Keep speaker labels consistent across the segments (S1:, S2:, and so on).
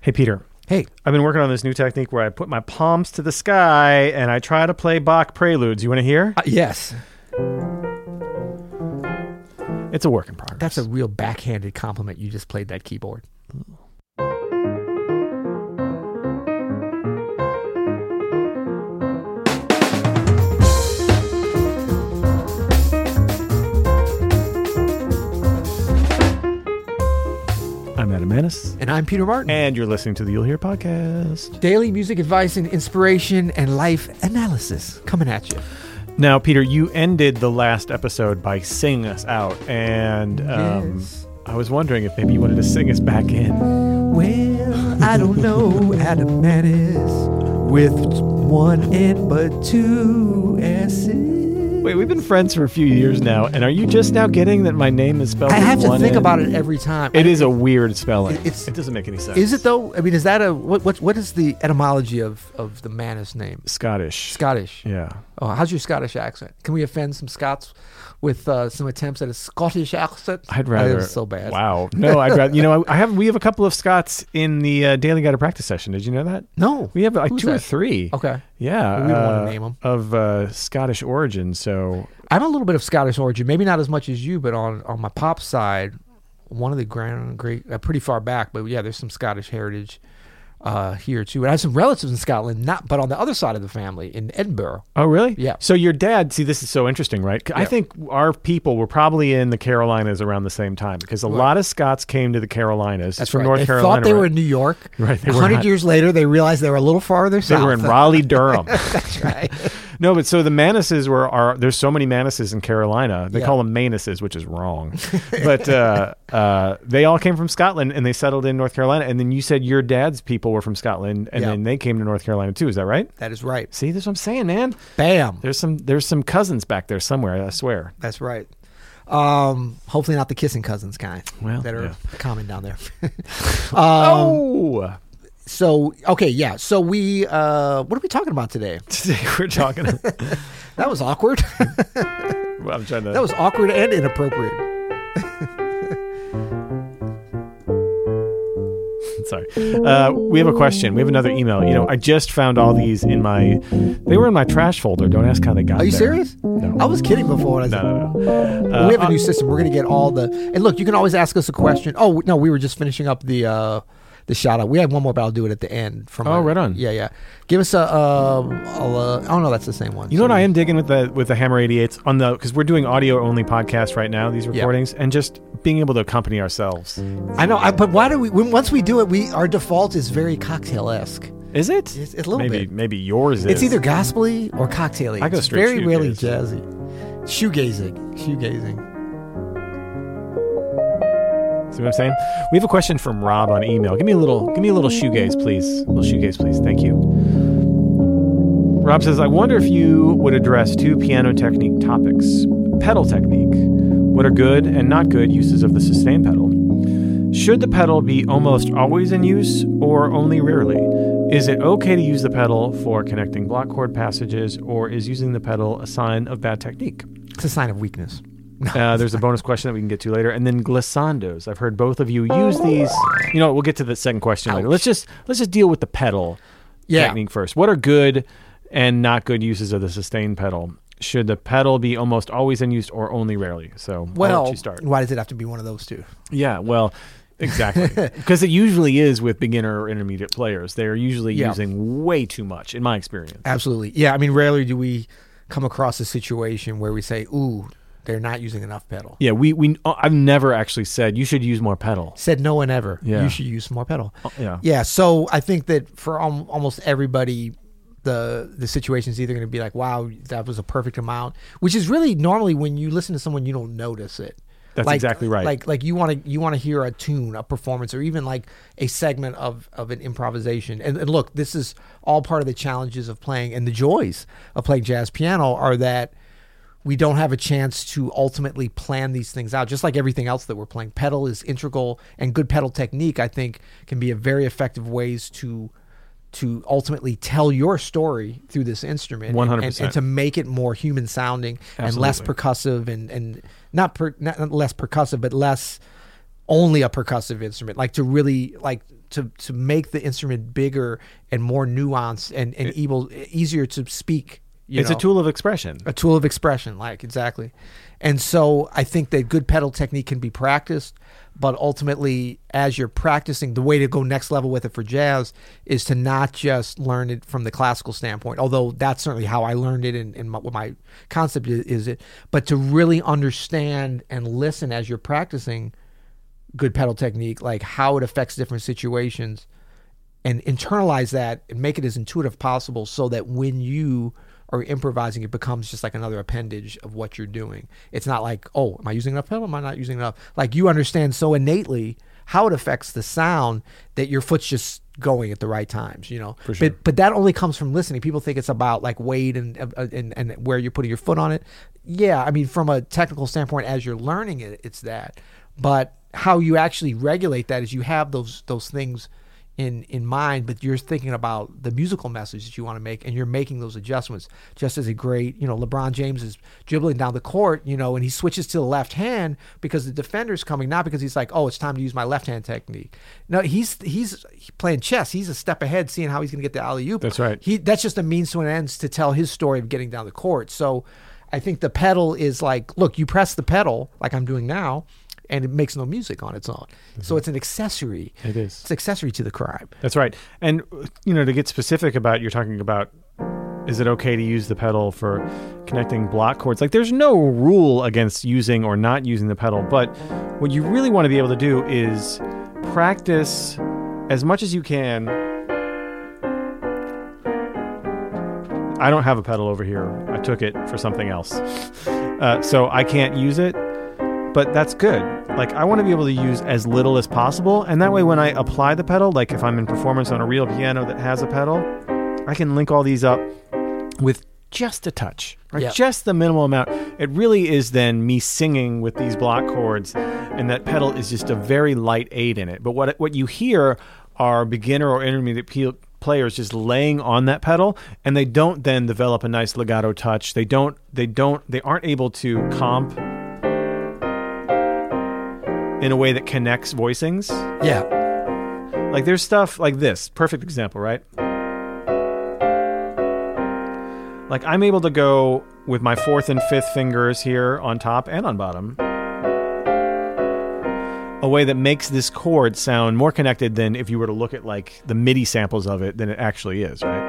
S1: Hey, Peter.
S2: Hey,
S1: I've been working on this new technique where I put my palms to the sky and I try to play Bach preludes. You want to hear?
S2: uh, yes,
S1: It's a work in progress.
S2: that's a real backhanded compliment. You just played that keyboard.
S1: I'm Adam Manis,
S2: And I'm Peter Martin.
S1: and you're listening to the You'll Hear podcast.
S2: Daily music advice and inspiration and life analysis coming at you.
S1: Now, Peter, you ended the last episode by singing us out, and um,
S2: Yes.
S1: I was wondering if maybe you wanted to sing us back in.
S2: Well, I don't know, Adam Manis, with one N but two S's.
S1: Wait, we've been friends for a few years now, and are you just now getting that my name is spelled?
S2: I
S1: with
S2: have to
S1: one
S2: think
S1: N?
S2: about it every time.
S1: It is a weird spelling.
S2: It's-
S1: it doesn't make any sense.
S2: Is it though? I mean, is that a what? What, what is the etymology of of the Manis name?
S1: Scottish?
S2: Scottish.
S1: yeah.
S2: Oh, how's your Scottish accent? Can we offend some Scots with uh, some attempts at a Scottish accent?
S1: I'd
S2: Oh, that
S1: rather.
S2: was so bad.
S1: Wow. No, I'd rather. You know, I, I have. We have a couple of Scots in the uh, daily guided practice session. Did you know that?
S2: No.
S1: We have like
S2: Who's
S1: two or
S2: that?
S1: three.
S2: Okay.
S1: Yeah.
S2: Well, we don't wanna
S1: uh,
S2: name 'em.
S1: Of uh, Scottish origin. So
S2: I'm a little bit of Scottish origin, maybe not as much as you, but on on my pop side, one of the grand great, uh, pretty far back, but yeah, there's some Scottish heritage uh, here too. And I have some relatives in Scotland, not but on the other side of the family in Edinburgh.
S1: Oh, really?
S2: Yeah.
S1: So your dad, see, this is so interesting, right? 'Cause I
S2: Yeah.
S1: think our people were probably in the Carolinas around the same time because a
S2: Right.
S1: lot of Scots came to the Carolinas. It's from North
S2: they
S1: Carolina.
S2: thought they were
S1: right?
S2: in New York.
S1: Right, they
S2: A
S1: were
S2: hundred
S1: not.
S2: years later, they realized they were a little farther
S1: They
S2: south.
S1: were in Raleigh, Durham.
S2: That's right.
S1: no, but so the Manises were are there's so many Manises in Carolina. They
S2: Yeah.
S1: call them Manises, which is wrong. but uh, uh, they all came from Scotland and they settled in North Carolina. And then you said your dad's people were from Scotland and
S2: Yeah.
S1: then they came to North Carolina too. Is that right?
S2: that is right.
S1: See, that's what I'm saying, man.
S2: Bam.
S1: There's some there's some cousins back there somewhere. I swear.
S2: That's right. Um, hopefully not the kissing cousins kind
S1: Well,
S2: that are
S1: yeah.
S2: common down there. Um,
S1: oh.
S2: so okay, yeah. So we uh, what are we talking about today?
S1: Today we're talking.
S2: That was awkward.
S1: well, I'm trying to.
S2: that was awkward and inappropriate.
S1: sorry. Uh, we have a question. We have another email. You know, I just found all these in my. They were in my trash folder. Don't ask how they got.
S2: Are you
S1: there.
S2: serious?
S1: No.
S2: I was kidding before. When I
S1: No,
S2: said,
S1: no, no. Uh,
S2: we have a
S1: uh,
S2: new system. We're gonna get all the and look. You can always ask us a question. Oh no, we were just finishing up the uh, the shout out. We have one more, but I'll do it at the end. From
S1: Oh,
S2: our-
S1: right on.
S2: Yeah, yeah. Give us a. Um, I'll, uh, oh no, that's the same one.
S1: you know what I am digging with the with the Hammer 88s on the because we're doing audio only podcast right now. These recordings and just being able to accompany ourselves.
S2: I know, I, but why do we? When, once we do it, we our default is very cocktail esque.
S1: Is it?
S2: It's- it's a little
S1: maybe,
S2: bit.
S1: Maybe yours is.
S2: It's either gospely or cocktaily.
S1: I go
S2: it's
S1: straight
S2: very rarely
S1: shoegaze.
S2: jazzy. Shoegazing, shoegazing.
S1: See what I'm saying? We have a question from Rob on email. Give me a little, give me a little shoegaze, please. A little shoegaze, please. Thank you. Rob says, I wonder if you would address two piano technique topics: pedal technique. What are good and not good uses of the sustain pedal? Should the pedal be almost always in use or only rarely? Is it okay to use the pedal for connecting block chord passages, or is using the pedal a sign of bad technique?
S2: It's a sign of weakness.
S1: Uh, there's a bonus question that we can get to later, and then glissandos. I've heard both of you use these. You know, what, we'll get to the second question later.
S2: Ouch.
S1: Let's just let's just deal with the pedal
S2: Yeah.
S1: technique first. What are good and not good uses of the sustain pedal? Should the pedal be almost always in use or only rarely? So why don't
S2: Well,
S1: you start?
S2: why does it have to be one of those two?
S1: Yeah, well, exactly, because it usually is with beginner or intermediate players. They are usually
S2: Yeah.
S1: using way too much, in my experience.
S2: Absolutely. Yeah. I mean, rarely do we come across a situation where we say, "Ooh, they're not using enough pedal."
S1: Yeah, we we I've never actually said you should use more pedal.
S2: Said no one ever.
S1: Yeah. Oh,
S2: You should use more pedal.
S1: Yeah.
S2: Yeah, so I think that for al- almost everybody, the the situation is either going to be like, "Wow, that was a perfect amount," which is really normally when you listen to someone, you don't notice it.
S1: That's
S2: Like-
S1: exactly right.
S2: Like like you want to you want to hear a tune, a performance, or even like a segment of of an improvisation. And, and look, this is all part of the challenges of playing and the joys of playing jazz piano are that we don't have a chance to ultimately plan these things out just like everything else that we're playing pedal is integral and good pedal technique i think can be a very effective ways to to ultimately tell your story through this instrument and-
S1: 100%.
S2: and, and to make it more human sounding and less percussive and and not, per, not not less percussive but less only a percussive instrument like to really like to to make the instrument bigger and more nuanced and and able easier to speak. you
S1: it's
S2: know?
S1: a tool of expression.
S2: a tool of expression like exactly and so i think that good pedal technique can be practiced but ultimately as you're practicing the way to go next level with it for jazz is to not just learn it from the classical standpoint although that's certainly how i learned it and, and my, what my concept is, is it but to really understand and listen as you're practicing good pedal technique like how it affects different situations and internalize that and make it as intuitive possible so that when you are improvising it becomes just like another appendage of what you're doing it's not like oh am i using enough pedal am i not using enough like you understand so innately how it affects the sound that your foot's just going at the right times you know
S1: For sure.
S2: but but that only comes from listening people think it's about like weight and uh, and and where you're putting your foot on it yeah i mean from a technical standpoint as you're learning it it's that but how you actually regulate that is you have those those things in in mind, but you're thinking about the musical message that you want to make, and you're making those adjustments. Just as a great, you know, LeBron James is dribbling down the court, you know, and he switches to the left hand because the defender's coming, not because he's like, oh, it's time to use my left hand technique. No, he's he's playing chess. He's a step ahead, seeing how he's going to get the alley oop.
S1: That's right.
S2: He that's just a means to an end to tell his story of getting down the court. So, I think the pedal is like, look, you press the pedal like I'm doing now. And it makes no music on its own, so it's an accessory.
S1: Mm-hmm. It is.
S2: It's accessory to the crime.
S1: That's right. And you know, to get specific about you're talking about is it okay to use the pedal for connecting block chords? Like there's no rule against using or not using the pedal, but what you really want to be able to do is practice as much as you can. I don't have a pedal over here. I took it for something else. Uh, so I can't use it but that's good. Like I want to be able to use as little as possible, and that way when I apply the pedal, like if I'm in performance on a real piano that has a pedal, I can link all these up with just a touch, right?
S2: Yep.
S1: Just the minimal amount. It really is then me singing with these block chords, and that pedal is just a very light aid in it. But what what you hear are beginner or intermediate pe- players just laying on that pedal, and they don't then develop a nice legato touch. They don't. They don't. They aren't able to comp in a way that connects voicings.
S2: Yeah.
S1: Like there's stuff like this, perfect example, right? Like I'm able to go with my fourth and fifth fingers here on top and on bottom. A way that makes this chord sound more connected than if you were to look at like the MIDI samples of it than it actually is, right?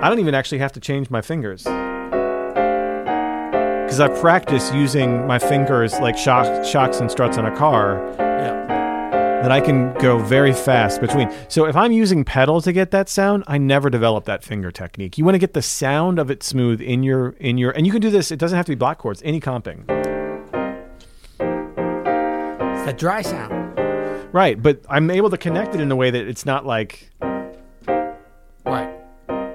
S1: I don't even actually have to change my fingers because I practice using my fingers like shocks, shocks and struts on a car
S2: Yeah.
S1: that I can go very fast between. So if I'm using pedal to get that sound, I never develop that finger technique. You want to get the sound of it smooth in your in your and you can do this. It doesn't have to be block chords, any comping.
S2: It's that dry sound.
S1: Right, but I'm able to connect it in a way that it's not like
S2: Right.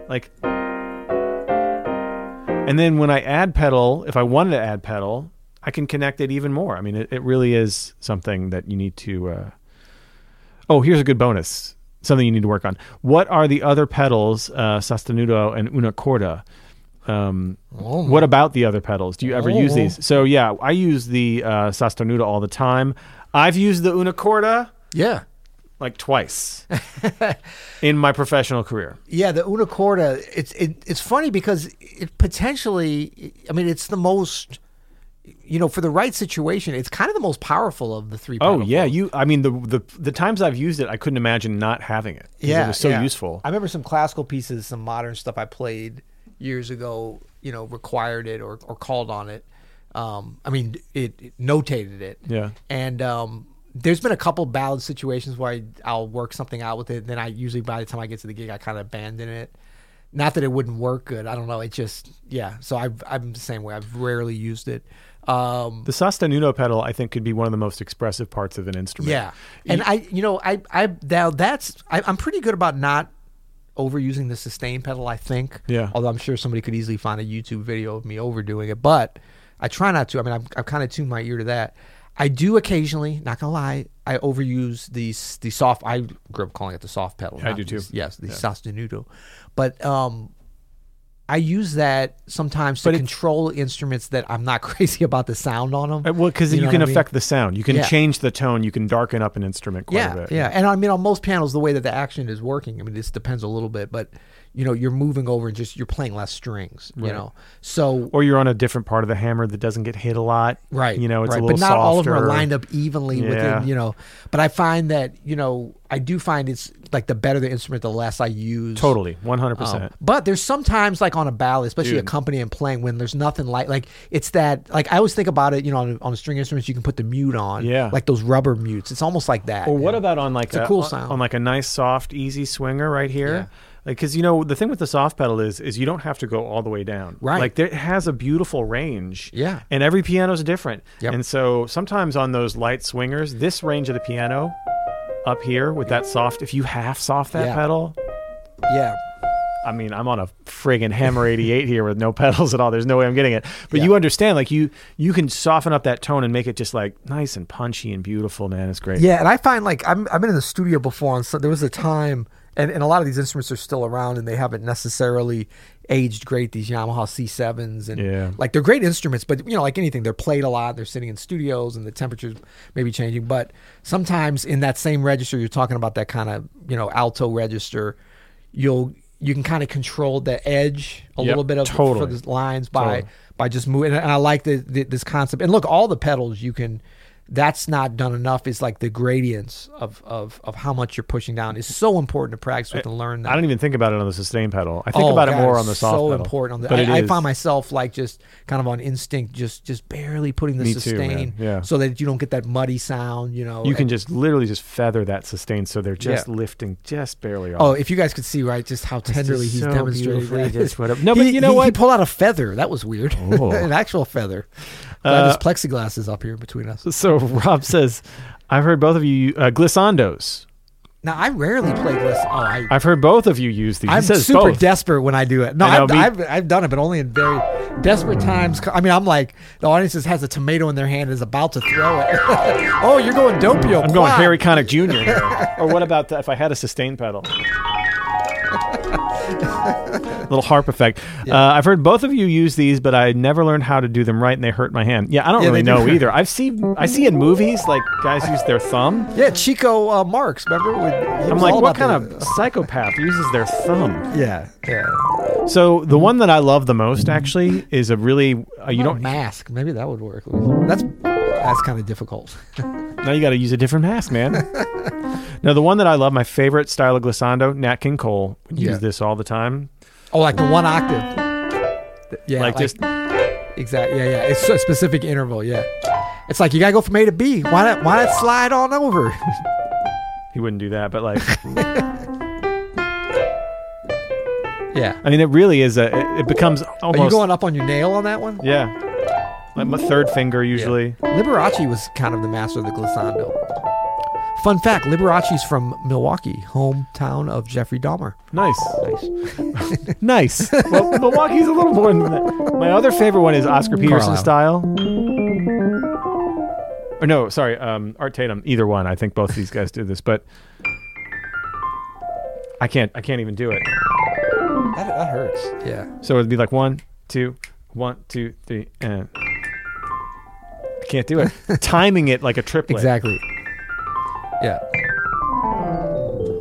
S1: like and then when I add pedal, if I wanted to add pedal, I can connect it even more. I mean, it, it really is something that you need to. Uh... Oh, here's a good bonus. Something you need to work on. What are the other pedals, uh, sostenuto and una corda? Um,
S2: Oh.
S1: What about the other pedals? Do you ever use
S2: Oh.
S1: these? So yeah, I use the uh, sostenuto all the time. I've used the una corda
S2: Yeah.
S1: like twice in my professional career.
S2: Yeah, the una corda. It's it, it's funny because it potentially. I mean, it's the most. You know, for the right situation, it's kind of the most powerful of the three.
S1: Oh
S2: pedal
S1: yeah,
S2: forms.
S1: you. I mean, the the the times I've used it, I couldn't imagine not having it. 'cause
S2: yeah,
S1: it was so
S2: yeah.
S1: useful.
S2: I remember some classical pieces, some modern stuff I played years ago. You know, required it or, or called on it. Um, I mean, it, it notated it.
S1: Yeah.
S2: And um, there's been a couple ballad situations where I, I'll work something out with it. Then I usually by the time I get to the gig, I kind of abandon it. Not that it wouldn't work good. I don't know. It just yeah. So I've, I'm the same way. I've rarely used it. Um,
S1: The sostenuto pedal, I think, could be one of the most expressive parts of an instrument.
S2: yeah. And I, you know, I, I now that's I, I'm pretty good about not overusing the sustain pedal. I think.
S1: Yeah.
S2: Although I'm sure somebody could easily find a YouTube video of me overdoing it, but I try not to. I mean, I've, I've kind of tuned my ear to that. I do occasionally, not gonna lie, I overuse the s- the soft. I grew up calling it the soft pedal.
S1: I
S2: not
S1: do too.
S2: the- yes, the sostenuto, but um, I use that sometimes to
S1: But it-
S2: control instruments that I'm not crazy about the sound on them.
S1: Uh, Well, because you,
S2: know
S1: can
S2: what I mean?
S1: affect the sound. You can
S2: Yeah.
S1: change the tone. You can darken up an instrument quite
S2: yeah,
S1: a bit.
S2: yeah, and I mean on most panels the way that the action is working. I mean this depends a little bit, but you know you're moving over and just you're playing less strings. You know, so
S1: Or you're on a different part of the hammer that doesn't get hit a lot.
S2: right,
S1: You know, it's
S2: right.
S1: a little
S2: but not all of them are
S1: softer.
S2: lined up evenly
S1: Yeah.
S2: within you know. But I find that you know I do find it's like the better the instrument, the less I use.
S1: Totally, one hundred
S2: Um,
S1: percent.
S2: but there's sometimes like on a ballad, especially
S1: Dude.
S2: accompanying playing, when there's nothing like like it's that like I always think about it. You know, on, on string instruments, you can put the mute on,
S1: Yeah.
S2: like those rubber mutes. It's almost like that.
S1: Or what
S2: yeah.
S1: about on like
S2: a cool
S1: on-
S2: sound.
S1: on like a nice soft easy swinger right here?
S2: Yeah.
S1: Like cuz you know the thing with the soft pedal is is you don't have to go all the way down.
S2: Right.
S1: Like there, it has a beautiful range.
S2: Yeah.
S1: And every piano's different.
S2: Yep.
S1: And so sometimes on those light swingers, this range of the piano up here with that soft if you half soft that
S2: Yeah.
S1: pedal,
S2: yeah,
S1: I mean, I'm on a friggin' Hammer 88 here with no pedals at all. There's no way I'm getting it. But
S2: Yeah.
S1: you understand, like you you can soften up that tone and make it just like nice and punchy and beautiful, man. It's great.
S2: yeah? And I find like I'm I've been in the studio before, and so there was a time, and, and a lot of these instruments are still around, and they haven't necessarily aged great. These Yamaha C7s and
S1: Yeah.
S2: like they're great instruments, but you know, like anything, they're played a lot. They're sitting in studios, and the temperatures may be changing. But sometimes in that same register, you're talking about that kind of you know alto register. You'll you can kind of control the edge a
S1: Yep,
S2: little bit of
S1: totally.
S2: for the lines by
S1: Totally.
S2: by just moving. And I like the, the this concept. And look, all the pedals you can. That's not done enough. Is like the gradients of of of how much you're pushing down is so important to practice with and learn. That.
S1: I don't even think about it on the sustain pedal. I think
S2: Oh,
S1: about
S2: God,
S1: it more
S2: it's
S1: on the soft
S2: so
S1: pedal.
S2: important. On the,
S1: but it
S2: I, I
S1: is.
S2: find myself like just kind of on instinct, just just barely putting the
S1: Me too, man.
S2: sustain,
S1: Yeah.
S2: so that you don't get that muddy sound. You know,
S1: you can
S2: And-
S1: just literally just feather that sustain, so they're just
S2: Yeah.
S1: lifting just barely off.
S2: Oh, if you guys could see, right, just how tenderly he's
S1: so
S2: demonstrating
S1: beautifully
S2: that.
S1: just what a- No, but
S2: He-
S1: you know
S2: he, He
S1: what?
S2: pulled out a feather. That was weird.
S1: Oh. Uh,
S2: An actual feather. Glad there's plexiglass is up here between us.
S1: So Rob says, I've heard both of you uh, glissandos.
S2: Now I rarely play this. Oh, I,
S1: I've heard both of you use these. He
S2: I'm
S1: says
S2: super
S1: both.
S2: desperate when I do it. No,
S1: I know,
S2: I've,
S1: me-
S2: I've, I've done it, but only in very desperate times. I mean, I'm like the audience just has a tomato in their hand and is about to throw it. oh, you're going dopio.
S1: I'm going Harry Connick Jr. here. or what about the, if I had a sustain pedal? Little harp effect. Uh, I've heard both of you use these, but I never learned how to do them right, and they hurt my hand. Yeah, I don't
S2: Yeah,
S1: really
S2: they do.
S1: know either. I've seen I see in movies like guys use their thumb.
S2: Yeah, Chico uh, Marx. Remember? With, he
S1: I'm
S2: was
S1: like,
S2: all
S1: what
S2: about
S1: kind
S2: the-
S1: of psychopath uses their thumb?
S2: Yeah, yeah.
S1: So the one that I love the most actually is a really uh, you don't
S2: mask. Maybe that would work. That's that's kind of difficult.
S1: now you got to use a different mask, man. now the one that I love, my favorite style of glissando, Nat King Cole would
S2: Yeah.
S1: use this all the time.
S2: Oh, like the one octave. Th- Yeah,
S1: like just
S2: exactly. Yeah, yeah. It's a specific interval. Yeah, it's like you gotta go from A to B. Why not? Why not slide on over?
S1: he wouldn't do that, but like
S2: yeah.
S1: I mean, it really is a. It, it becomes almost.
S2: Are you going up on your nail on that one?
S1: Yeah, like my third finger usually.
S2: Liberace was kind of the master of the glissando. Fun fact: Liberace's from Milwaukee, hometown of Jeffrey Dahmer.
S1: Nice,
S2: Nice.
S1: nice. well, Milwaukee's a little more than that. My other favorite one is Oscar Peterson
S2: Carlisle.
S1: style. Or no, sorry, um, Art Tatum. Either one. I think both these guys do this, but I can't. I can't even do it.
S2: That, that hurts. Yeah.
S1: So it'd be like one, two, one, two, three, and. I can't do it. Timing it like a triplet.
S2: Exactly. Yeah.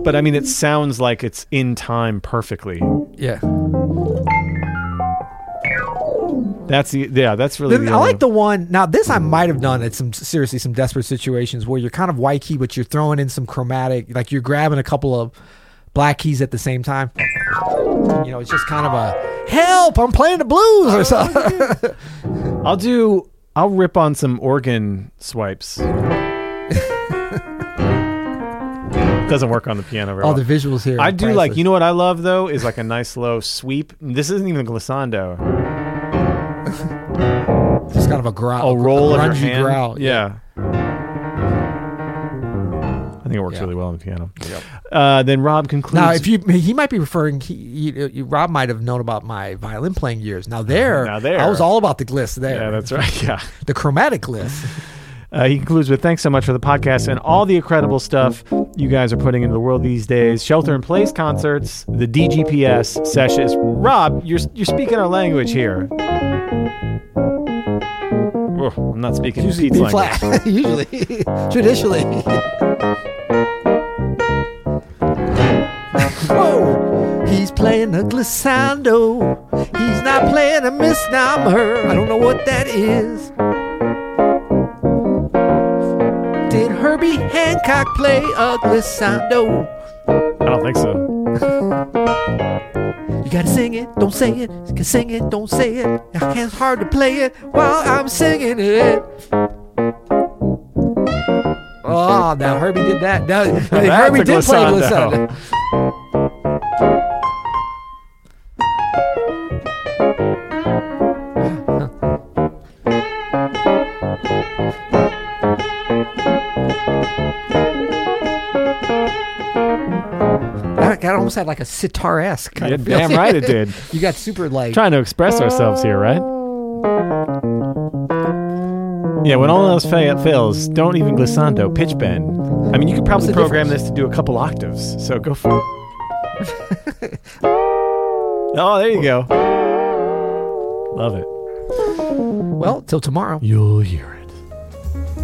S1: But I mean, it sounds like it's in time perfectly.
S2: Yeah.
S1: That's the yeah. That's really.
S2: I
S1: only-
S2: like the one. Now, this I might have done at some seriously some desperate situations where you're kind of white key, but you're throwing in some chromatic, like you're grabbing a couple of black keys at the same time. You know, it's just kind of a help. I'm playing the blues or something.
S1: I'll do. I'll rip on some organ swipes. Doesn't work on the piano very
S2: All
S1: well.
S2: Oh, the visuals here.
S1: I
S2: are
S1: do like.
S2: priceless.
S1: You know what I love though is like a nice low sweep. This isn't even glissando.
S2: just kind of a growl,
S1: A roll of your
S2: grungy
S1: hand.
S2: growl.
S1: Yeah. I think it works
S2: Yeah.
S1: really well on the piano. Uh, then Rob concludes.
S2: Now, if you he might be referring, he, you- you- Rob might have known about my violin playing years. Now there,
S1: Now there.
S2: I was all about the gliss there,
S1: yeah, that's right. Yeah.
S2: the chromatic gliss.
S1: Uh, he concludes with thanks so much for the podcast and all the incredible stuff you guys are putting into the world these days. Shelter in place concerts, the DGPS sessions. Rob, you're you're speaking our language here. Oh, I'm not speaking
S2: Usually
S1: Pete's
S2: B
S1: language.
S2: flat. Usually, traditionally. Whoa! He's playing a glissando. He's not playing a misnomer. I don't know what that is. Did Herbie Hancock play a glissando?
S1: I don't think so.
S2: You gotta sing it, don't say it. You can sing it, don't say it. Now it's hard to play it while I'm singing it. Oh, now Herbie did that. Now, now Herbie
S1: a
S2: did play
S1: glissando.
S2: glissando. That, that almost had like a sitar-esque kind
S1: You're
S2: of feel.
S1: damn right it did.
S2: You got super like.
S1: Trying to express ourselves here, right? Yeah, when all else fa- fails, don't even glissando, pitch bend. I mean, you could probably
S2: the
S1: program this to do a couple octaves, so go for it. oh, there you go. Love it.
S2: Well, till tomorrow.
S1: You'll hear it.